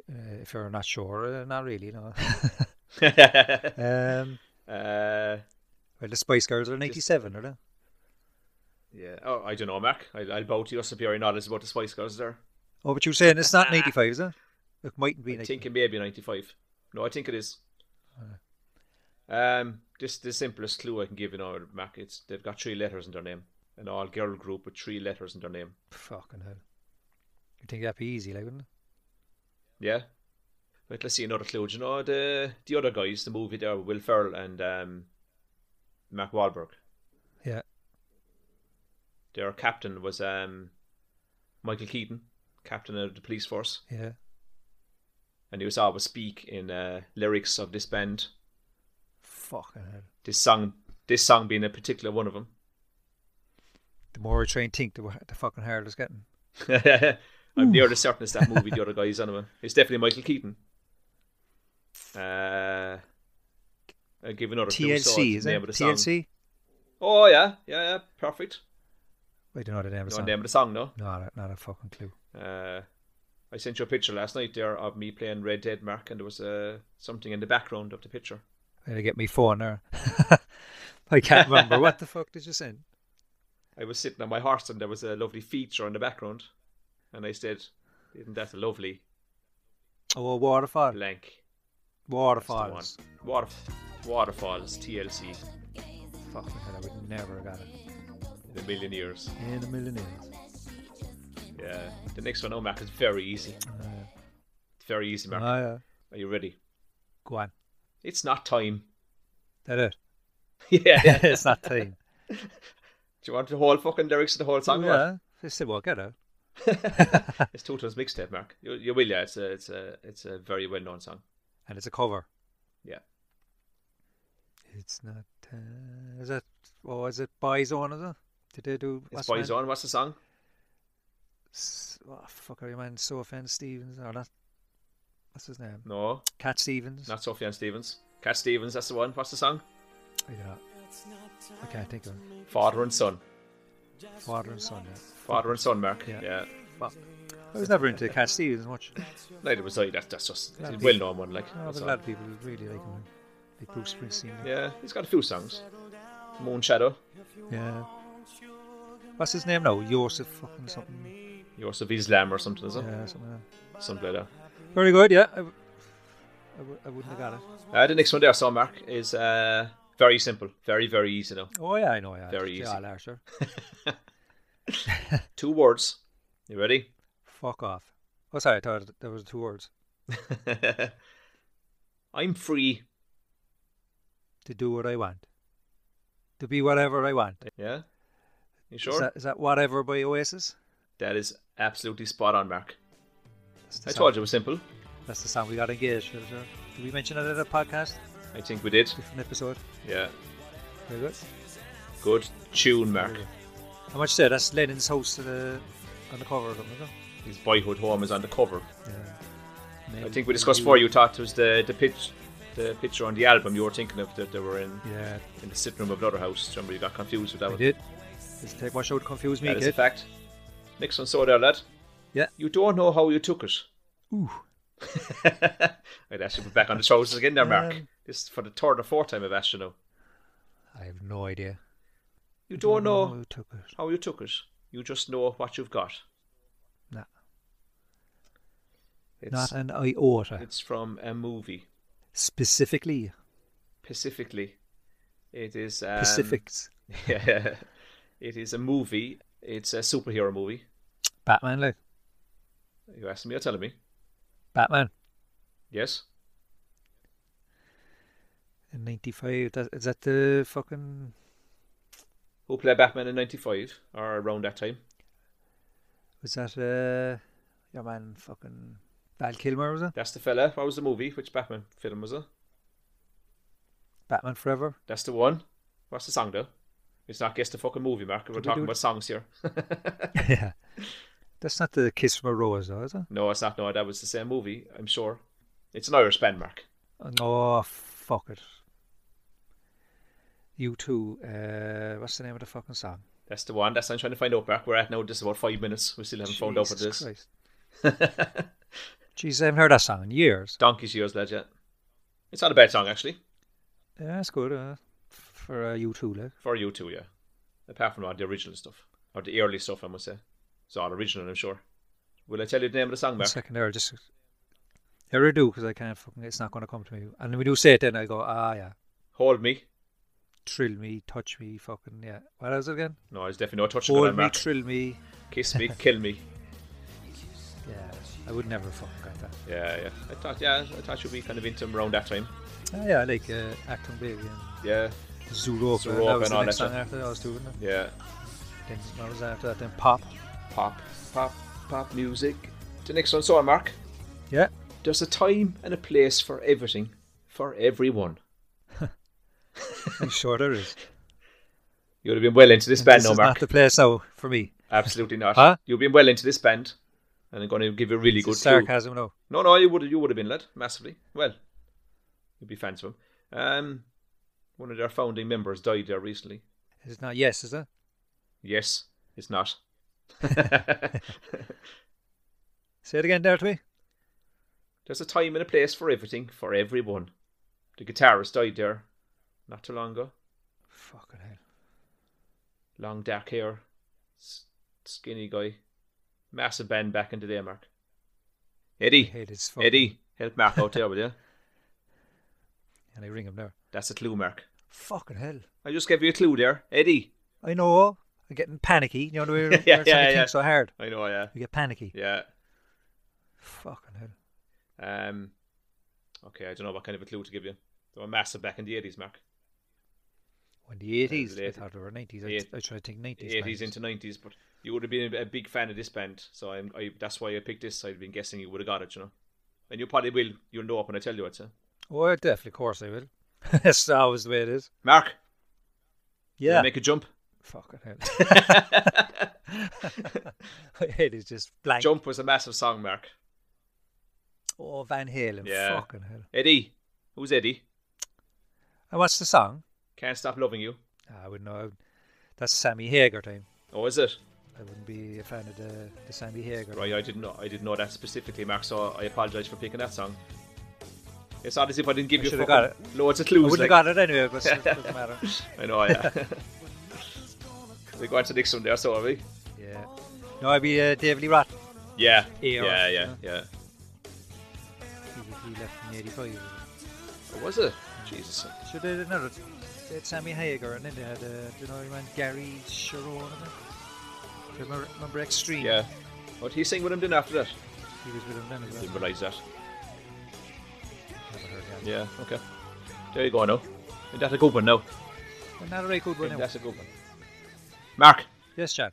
Uh, if you're not sure, uh, not really. No.
uh,
um, well, the Spice Girls are in '87, are they?
yeah. Oh, I don't know, Mark. I, I'll bow to your superior knowledge about the Spice Girls there.
Oh, but you're saying it's not in '85, is it? It mightn't be.
I
in
think it may be 95. No, I think it is. Um, this the simplest clue I can give you now, Mac. It's they've got three letters in their name. An all girl group with three letters in their name.
85. Fucking hell. You'd think that'd be easy, like, wouldn't it?
Yeah. But let's see another clue. Do you know the the other guys, the movie there, Will Ferrell and um, Mark Wahlberg.
Yeah.
Their captain was um, Michael Keaton, captain of the police force,
Yeah.
and he was always speak in uh, lyrics of this band.
Fucking hell.
This song, this song being a particular one of them.
The more I try and think, the, wa- the fucking harder it's getting.
I'm nearly certain it's that movie the other guy's anyway. It's definitely Michael Keaton. Uh, I'll give another clue. So
TLC,
it's
is
the
it?
name of the song.
TLC?
Oh yeah, yeah, yeah, perfect.
I don't know the name of the
No
song.
name of the song, no.
No, not, not a fucking clue.
Uh, I sent you a picture last night there of me playing Red Dead Mark, and there was uh, something in the background of the picture.
I'm going to get me phone there. I can't remember. what the fuck did you send?
I was sitting on my horse, and there was a lovely feature in the background, and I said, "Isn't that lovely?"
Oh, Waterfall.
Blank. That's the
Waterfalls.
one. Water, waterfalls. TLC.
Fucking hell, I would never have got it.
The million years.
In a million years.
Yeah. The next one, oh, Mark, is very easy.
Uh,
It's very easy, Mark.
Ah, yeah.
Are you ready?
Go on.
It's not time.
That it.
yeah. Do
it's not time.
you want the whole fucking lyrics of the whole song? or what?
yeah. They said, well, get out.
It's Toto's mixtape, Mark. You, you will, yeah. It's a, it's a, it's a very well-known song.
And it's a cover.
Yeah.
It's not. Uh, is it? Oh, is it Boyzone? Is it? Did they do? what's
It's
the man-
Boys On. What's the song?
S- Oh, fuck, are you man? So offense Stevens or not? What's his name?
No,
Cat Stevens.
not Sophie and Stevens. Cat Stevens. That's the one. What's the song?
I don't know. I can't think of it.
Father and Son.
Father and son. Yeah.
Father and Son, Mark. Yeah.
Yeah. Fuck. I was never into Cat Stevens much.
Neither was I. That's that's just it's a
Yeah.
well-known one. Like,
No,
that's
but a
all.
lot of people really like him. Like Bruce Springsteen.
yeah, he's got a few songs. Moon Shadow.
Yeah. What's his name now? Joseph fucking something.
Yours of Islam or something, is it?
Yeah, something like
Something like that.
that. Very good, yeah. I, w- I, w- I wouldn't have got it.
Uh, the next one there, I saw Mark, is uh, very simple, very very easy now.
Oh, yeah, I know, yeah.
Very
Yeah,
easy.
I'll answer.
Two words. You ready?
Fuck off. Oh, sorry, I thought there was two words.
I'm free.
To do what I want. To be whatever I want.
Yeah. You
Is,
sure?
that, is that Whatever by Oasis?
that is absolutely spot on, Mark.
That's
I
song-
told you it was simple.
That's the sound we got engaged. with, uh, Did we mention it in a podcast?
I think we did.
Different episode.
Yeah.
Very good.
Good tune, Mark.
Very good. How much there? That's Lennon's house uh, on the cover of them, isn't it?
His boyhood home is on the cover.
Yeah.
I
Maybe-
think we discussed
maybe
before you thought it was the the pitch the picture on the album you were thinking of that they were in,
Yeah,
in the sitting room of another house. Remember you got confused with that
I
one.
did. Just take my show to confuse me,
That is a
kid.
fact. Next one saw there, lad.
Yeah.
You don't know how you took it.
Ooh.
I'd ask you to put back on the trousers again there, Mark.
Um,
this is for the third or fourth time I've asked you now.
I have no idea.
You don't know
who took it.
how you took it. You just know what you've got.
Nah.
It's,
Not an iota.
it's from a movie.
Specifically,
Specifically, it is. Um,
Pacifics.
Yeah, it is a movie. It's a superhero movie.
Batman, like.
You asking me or telling me?
Batman.
Yes.
In 95. That, is that the fucking.
Who played Batman in '95 or around that time?
Was that uh, your man fucking. Val Kilmer, was it?
That's the fella. What was the movie? Which Batman film was it?
Batman Forever?
That's the one. What's the song though? It's not guess the fucking movie, Mark. We're
we
talking
do-
about songs here.
yeah. That's not the Kiss from a Rose, though, is it?
No, it's not. No, that was the same movie. I'm sure. It's an Irish band, Mark.
Oh, fuck it. You two. Uh, what's the name of the fucking song?
That's the one. That's what I'm trying to find out, Mark. We're at now just about five minutes. We still haven't found out what it
Jesus
is.
Christ. Jeez, I haven't heard that song in years.
Donkey's Years Led, yeah. It's not a bad song, actually,
Yeah, that's good. Uh, for uh, you two, like.
for you two, yeah. Apart from all the original stuff, or the early stuff, I must say. It's all original, I'm sure. Will I tell you the name of the song,
One
Mark?
second there, just. Here I do, because I can't fucking. It's not going to come to me. And when we do say it, then I go, ah, yeah.
Hold Me.
Thrill me, touch me, fucking, yeah. What was it again?
No, there's definitely no touching on
Hold
that,
me,
Mark.
thrill me.
Kiss Me, Kill Me.
Yeah, I would never fucking get that.
Yeah, yeah. I thought, yeah, I thought you'd be kind of into 'em around that time.
Ah, yeah, I like uh, Acton Baby and
Yeah,
Zooropa.
Zooropa
that was
and
the
all
next
that
song after that I was doing. Then
yeah.
what was after that? Then Pop.
Pop, pop, pop music. The next one, so Mark.
Yeah.
There's a time and a place for everything, for everyone.
I'm sure there is.
You would have been well into this
And
band,
this
no,
is
Mark.
not the place now for me.
Absolutely not.
Huh?
You've been well into this band, and I'm going to give you a really
It's a
good clue.
sarcasm now.
No, no, you would you would have been led massively. Well, you'd be fans of him. Um, one of their founding members died there recently.
It's not yes, is it?
Yes, it's not.
Say it again there to me.
There's a time and a place for everything, for everyone. The guitarist died there, not too long ago.
Fucking hell.
long dark hair, s- skinny guy, massive band back into the day, Mark.
I
Eddie,
hate his fucking.
Eddie, help Mark out there, will you?
And I ring him there.
That's a clue, Mark.
Fucking hell.
I just gave you a clue there, Eddie.
I know. I'm getting panicky. You know, we're, we're
Yeah,
trying to
yeah,
think
yeah.
so hard.
I know, yeah,
We get panicky.
yeah.
Fucking hell.
Um, okay, I don't know what kind of a clue to give you. They were massive back in the eighties, Mark.
When the 80s,
the
I
eight-
thought they were 90s. I,
eight-
I tried to think 90s.
Eighties
bands.
into nineties, but you would have been a, a big fan of this band, so I'm, I, that's why I picked this. I'd been guessing you would have got it, you know. And you probably will. You'll know up when I tell you it, huh?
Oh, yeah, definitely. Of course I will. That's always the way it is.
Mark, you wanna
Yeah.
make a jump.
Fucking hell. My head is just blank.
Jump was a massive song, Mark.
Oh, Van Halen.
Yeah.
Fucking hell.
Eddie, who's Eddie?
And what's the song?
Can't Stop Loving You.
I wouldn't know. That's Sammy Hager time.
Oh, is it?
I wouldn't be a fan of the, the Sammy Hager.
Right, I didn't know. I didn't know that specifically, Mark. So I apologise for picking that song. It's not as if I didn't give
I
you
should've
fucking
got
loads of
I
clues.
wouldn't
like.
have got it anyway, but it doesn't matter.
I know. Yeah. we go on to the next one there, so are we?
Yeah. No, I'd be uh, David Lee Roth.
Yeah.
Ear,
yeah, yeah,
yeah.
yeah.
He, he left in 85.
Oh, was it? Jesus.
So they did another. They had Sammy Hager and then they had, uh, you know, man, Gary Sharon. and that. Do you remember, remember Extreme?
Yeah. What did he sing with him then after that?
He was with him then as well.
Didn't realise that.
Never heard of him.
Yeah. Okay. There you go now. Isn't that a good one now?
Well, not a very good one.
Isn't
now.
that a good one. Mark,
Yes, John.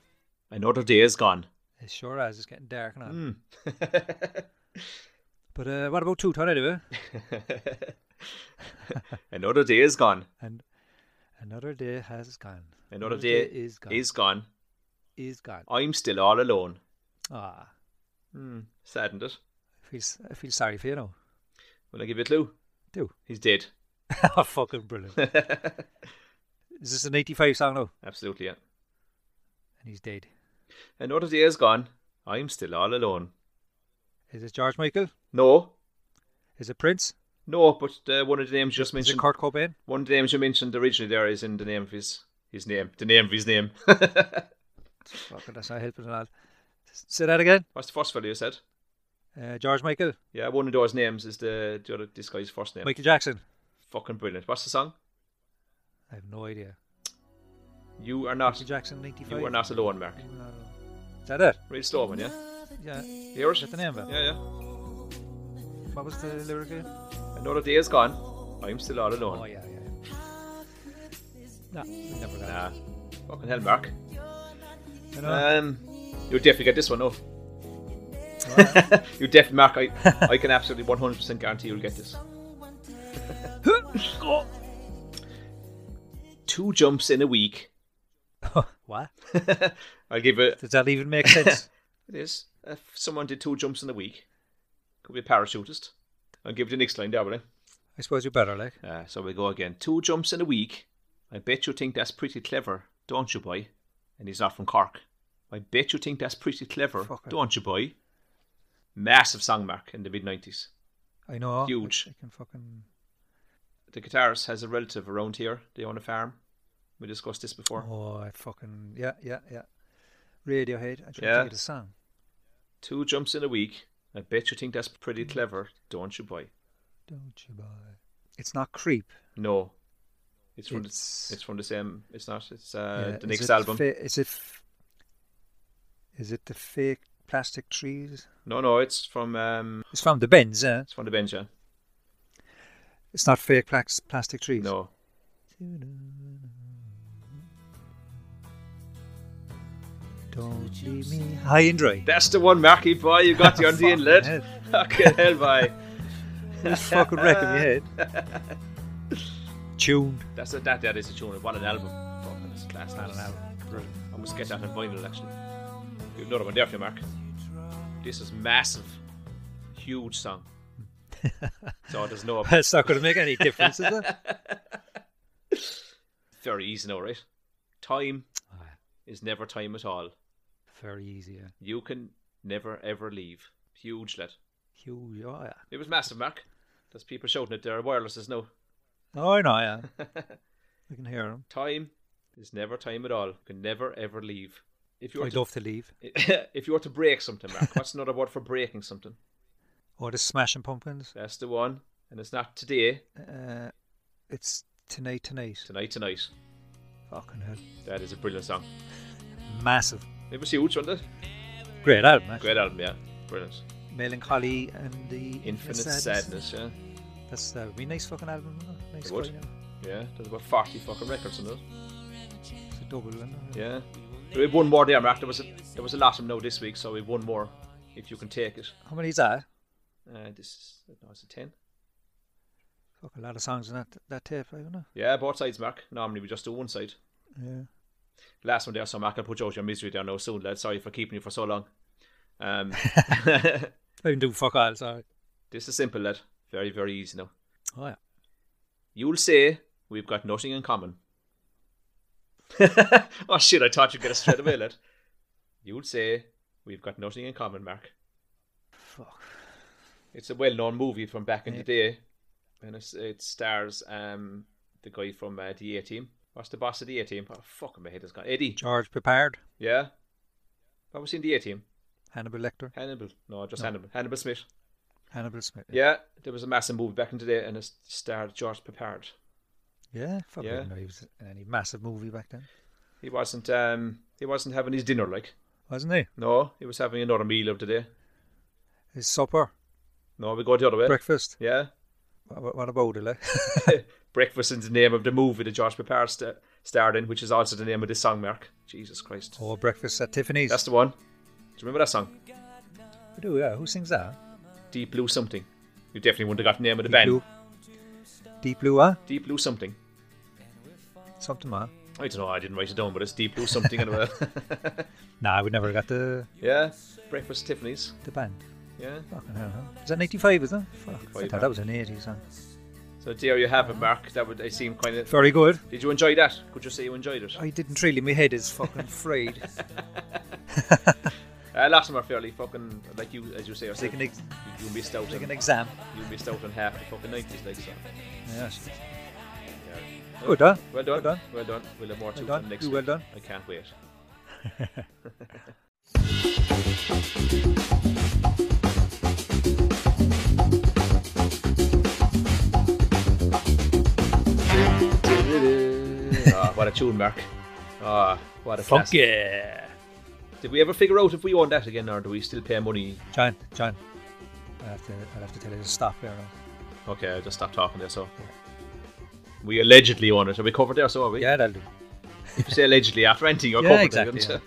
another day is gone.
It sure is. It's getting dark now.
Hmm.
But uh, what about two ton anyway?
another day is gone.
And another day has gone.
Another day,
is gone.
Is gone.
is gone.
I'm still all alone.
Ah,
Hmm. Saddened it.
I feel, s- I feel sorry for you now.
Will I give you a clue?
Do.
He's dead.
Oh, Fucking brilliant. Is this an 85 song now?
Absolutely, yeah.
And he's dead.
Another day is gone. I'm still all alone.
Is it George Michael?
No.
Is it Prince?
No, but uh, one of the names you just
Is it
mentioned.
Kurt Cobain?
one of the names you mentioned originally there is in the name of his his name. The name of his name.
Fucking, that's not helping at all. S- Say that again.
What's the first fellow you said?
Uh, George Michael.
Yeah, one of those names is the, the other, this guy's first name.
Michael Jackson.
Fucking brilliant. What's the song?
I have no idea.
You are not.
Michael Jackson, 95.
Ah. You are not alone, Mark.
You Are Not Alone. Is that it?
Real slow one, yeah.
Yeah.
You hear
Is
it?
that the name of it?
Yeah, yeah.
What was the lyric again?
Another day is gone. I'm still all alone.
Oh, yeah, yeah. Nah, we never got
Nah. Ah. Fucking hell, Mark.
it. You know?
Um, you'll definitely get this one, though.
Alright.
you definitely, Mark. I, I can absolutely 100% guarantee you'll get this. Two jumps in a week.
what?
I'll give it.
Oh. Does that even make sense?
It is. If someone did two jumps in a week, could be a parachutist. I'll give it the next line, there, will I?
I suppose you better, like.
Uh, so we go again. Two jumps in a week. I bet you think that's pretty clever, don't you, boy? And he's not from Cork. I bet you think that's pretty clever,
Fuck it.
don't you, boy? Massive song mark in the mid 90s.
I know. I-
Huge.
I, can fucking.
The guitarist has a relative around here. They own a farm. We discussed this before.
Oh, I fucking yeah, yeah, yeah. Radiohead. I tried
Yeah.
to get a song.
Two jumps in a week. I bet you think that's pretty clever, don't you, boy?
Don't you buy? It's not creep.
No, it's from
It's-
the, it's from the same. It's not. It's uh,
Yeah,
the
is
next
it
album.
fa- is it? f- Is it the fake plastic trees?
no, no, it's from um,
It's from the Benz, eh?
it's from the Benja.
It's not fake plax- plastic trees.
No,
Don't leave me high and dry.
that's the one, Marky boy. You got the on the
Fucking
inlet.
hell.
Fucking hell, boy.
This fucking wreck in your head. Tune.
That's a, that. That is a tune. What an album. Fucking, it's a class.
Not an album.
Brilliant. I must get that on vinyl actually. You've another one there for you, Mark. This is massive, huge song. so there's no
That's not going to make any difference, is it?
very easy now, right? Time
Ah.
is never time at all.
Very easy. Yeah.
You can never ever leave. Huge lad.
Huge. Oh, yeah.
It was massive, Mark. There's people shouting it. There are wirelesses now.
Oh, I know, yeah. I can hear him.
Time is never time at all. You can never ever leave. If you were
I'd
to,
love to leave.
if you were to break something, Mark, what's another word for breaking something?
Or the Smashing Pumpkins.
That's the one. And it's not today,
Uh, it's Tonight Tonight.
tonight, tonight.
Fucking hell.
That is a brilliant song.
Massive.
It was huge, wasn't it?
Great album, actually.
Great album, yeah. Brilliant.
Melancholy and the
Infinite
Sadness.
sadness.
That's that would be a nice fucking album. wouldn't it? Nice
It would.
fucking album.
yeah. Yeah, there's about 40 fucking records on it.
It's a double one.
Yeah. We have one more there, Mark. There was a, there was a lot of them now this week, so we have one more. If you can take it.
How many is that?
Uh, this is, no, it's a 10.
Fuck, a lot of songs in that, that tape, I don't know.
Yeah, both sides, Mark. Normally we just do one side.
Yeah.
Last one there, so Mark, I'll put you out of your misery there now soon, lad. Sorry for keeping you for so long. Um,
I didn't do fuck all, sorry.
this is simple, lad. Very, very easy now.
Oh, yeah.
You'll say we've got nothing in common. oh shit, I thought you'd get it straight away, lad. You'll say we've got nothing in common, Mark.
Fuck.
It's a well known movie from back in
Yeah.
the day. And it's, it stars um the guy from uh, the A team. What's the boss of the A team? Oh fuck my head has gone. Eddie.
George Prepared,
Yeah. Have we seen the A team?
Hannibal Lecter,
Hannibal. No, just
No.
Hannibal. Hannibal Smith.
Hannibal Smith.
Yeah, there was a massive movie back in the day and it starred George Peppard.
Yeah, fuck. er I
Yeah.
didn't know he was in any massive movie back then,
He wasn't um he wasn't having his dinner like.
wasn't he?
No, he was having another meal of the day.
His er supper,
No, we go the other way.
breakfast.
yeah.
What, what about it, like?
Breakfast is the name of the movie that Josh Papar st- starred in, which is also the name of this song, Mark. Jesus Christ.
oh, breakfast at Tiffany's.
That's the one. Do you remember that song?
we do, yeah. Who sings that?
Deep Blue Something. You definitely wouldn't have got the name of the
Deep
band.
Blue. Deep Blue, huh?
Deep Blue Something.
Something, huh?
I don't know, I didn't write it down, but it's Deep Blue Something anyway.
Nah, we never got the
yeah. Breakfast Tiffany's.
the band.
Yeah.
Fucking hell, huh? Is that 95, isn't it? Fuck, I
95,
thought that was an 80s song.
So there you have it, Mark. That would I seem kind of.
Very good.
Did you enjoy that? Could you say you enjoyed it?
I didn't really, my head is fucking frayed.
Uh, lots of them are fairly fucking like you, as you say.
It's like an, ex-
you, you missed out.
like an
on,
exam.
you missed out on half the fucking nineties, like so.
Yeah, shit.
Yeah.
Good, huh?
Well done.
Well done.
Well done. We'll have more to
done.
it next
You
week.
well done.
I can't wait. Ah, what a tune, Mark. Ah, what a
Fuck
classic.
yeah.
Did we ever figure out if we own that again, or do we still pay money?
John, John, I have to, I have to tell you to stop there now.
Okay, I'll just stop talking there. So we allegedly own it. Are we covered there? So are we?
Yeah, that'll do.
If you say allegedly after renting, you're
Yeah,
covered.
exactly,
Exactly,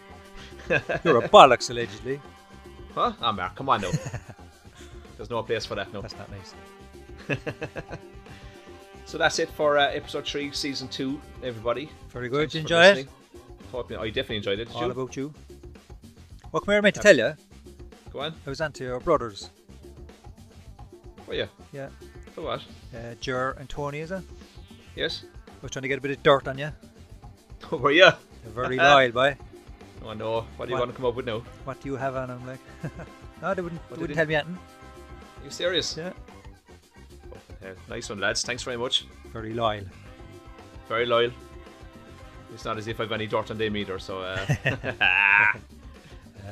You're a bollocks, allegedly.
Huh? Ah, Mark, come on now. There's no place for that now.
That's not nice.
So that's it for uh, episode three, season two. Everybody,
Very good.
Thanks for
enjoy it?
listening. Hope you- I definitely enjoyed it. Did
All
you?
about you. Well, come here, mate, to tell you,
Go on.
I was onto your brothers.
Oh yeah.
Yeah,
Oh what?
uh, Jer and Tony, is it? I
Yes.
was trying to get a bit of dirt on you.
Oh were you?
They're very loyal, boy.
Oh no. What do you
What?
want to come up with now?
What do you have on them, like? No, they wouldn't. They
But
wouldn't
they didn't-
tell me anything.
you serious?
Yeah.
Fucking hell. Nice one, lads. Thanks very much.
Very loyal.
Very loyal. It's not as if I've any dirt on them either, so. Uh,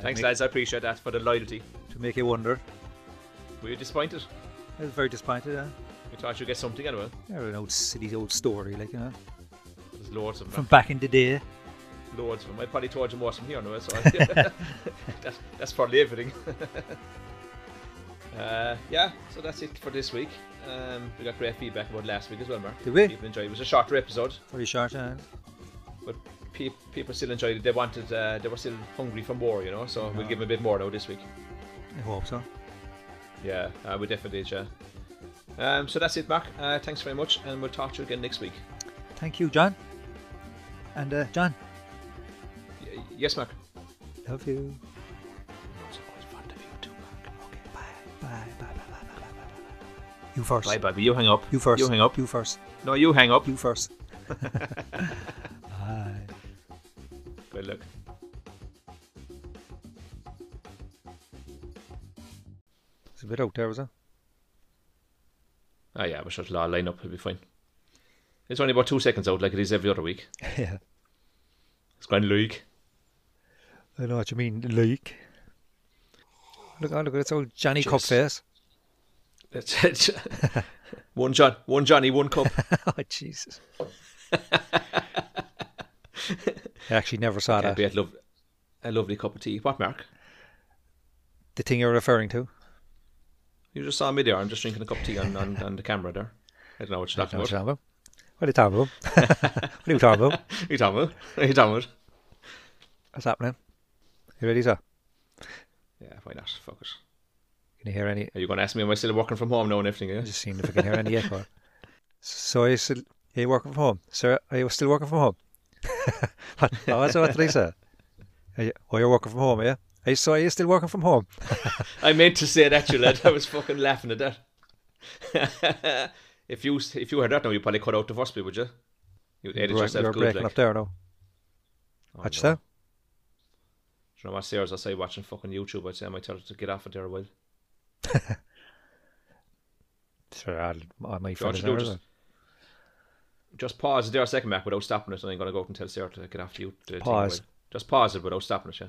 Thanks,
make-
lads. I appreciate that for the loyalty.
To make you wonder.
Were you disappointed?
I was very disappointed. Uh,
We thought you'd get something anyway.
they're an old city's old story, like you know,
There's loads of
from
them.
back in the day.
Loads of them. I probably told you more from here now, so. I- that's, that's probably everything. uh, yeah, so that's it for this week. Um, we got great feedback about last week as well, Mark.
Did we?
People enjoyed it. It was a shorter episode.
Very short. Uh,
but pe- people still enjoyed it. They wanted, uh, they were still hungry for more, you know. So we'll give them a bit more now this week.
I hope so.
Yeah, uh, we definitely yeah. Um, so that's it, Mark. Uh, thanks very much, and we'll talk to you again next week.
Thank you, John. And uh, John,
Y- yes, Mark.
love you. Bye, bye, bye, bye, bye, bye, bye, bye. You first.
Bye, baby. You hang up.
You first.
You hang up.
You first.
No, you hang up.
You first. Bye.
Good luck.
It's a bit out there, was it?
Ah, yeah, we should la- line up. It'll be fine. It's only about two seconds out, like it is every other week.
yeah.
It's going Luke.
I know what you mean, leak. Look, oh, look, it's old Johnny
Jeez.
Cupface.
That's it. one John, one Johnny, one cup.
oh, Jesus. I actually never saw that.
That'd be a, lov- a lovely cup of tea. What, Mark?
The thing you're referring to?
You just saw me there. I'm just drinking a cup of tea on, on, on the camera there. I don't know what you're
No,
talking about.
What are you talking about? what are you talking about?
You talking about? You talking about?
What's happening? You ready, sir?
Yeah, why not? Fuck it.
Can you hear any?
Are you going to ask me am I still working from home now and everything? eh?
I
Yeah?
just seen if I can hear any echo. So are you still are you working from home? Sir, are you still working from home? what, oh, that's what did I say? Are you, oh, you're working from home, yeah? Are you, so are you still working from home?
I meant to say that, you lad. I was fucking laughing at that. if you if you heard that now, you probably cut out the first bit, would you? You'd edit
You're-
yourself
you're
good.
breaking
Like.
up there now.
Oh,
Watch
no.
that.
Do you know what, Sarah, as I say, watching fucking YouTube, I'd say I might tell her to get off it there a while.
Sure, I'll, I might
Do you
find
want to
it
do
now,
just,
isn't
just pause it there a second, Mac, without stopping it, and I'm going to go out and tell Sarah to get off you.
Pause.
Just pause it without stopping it, yeah?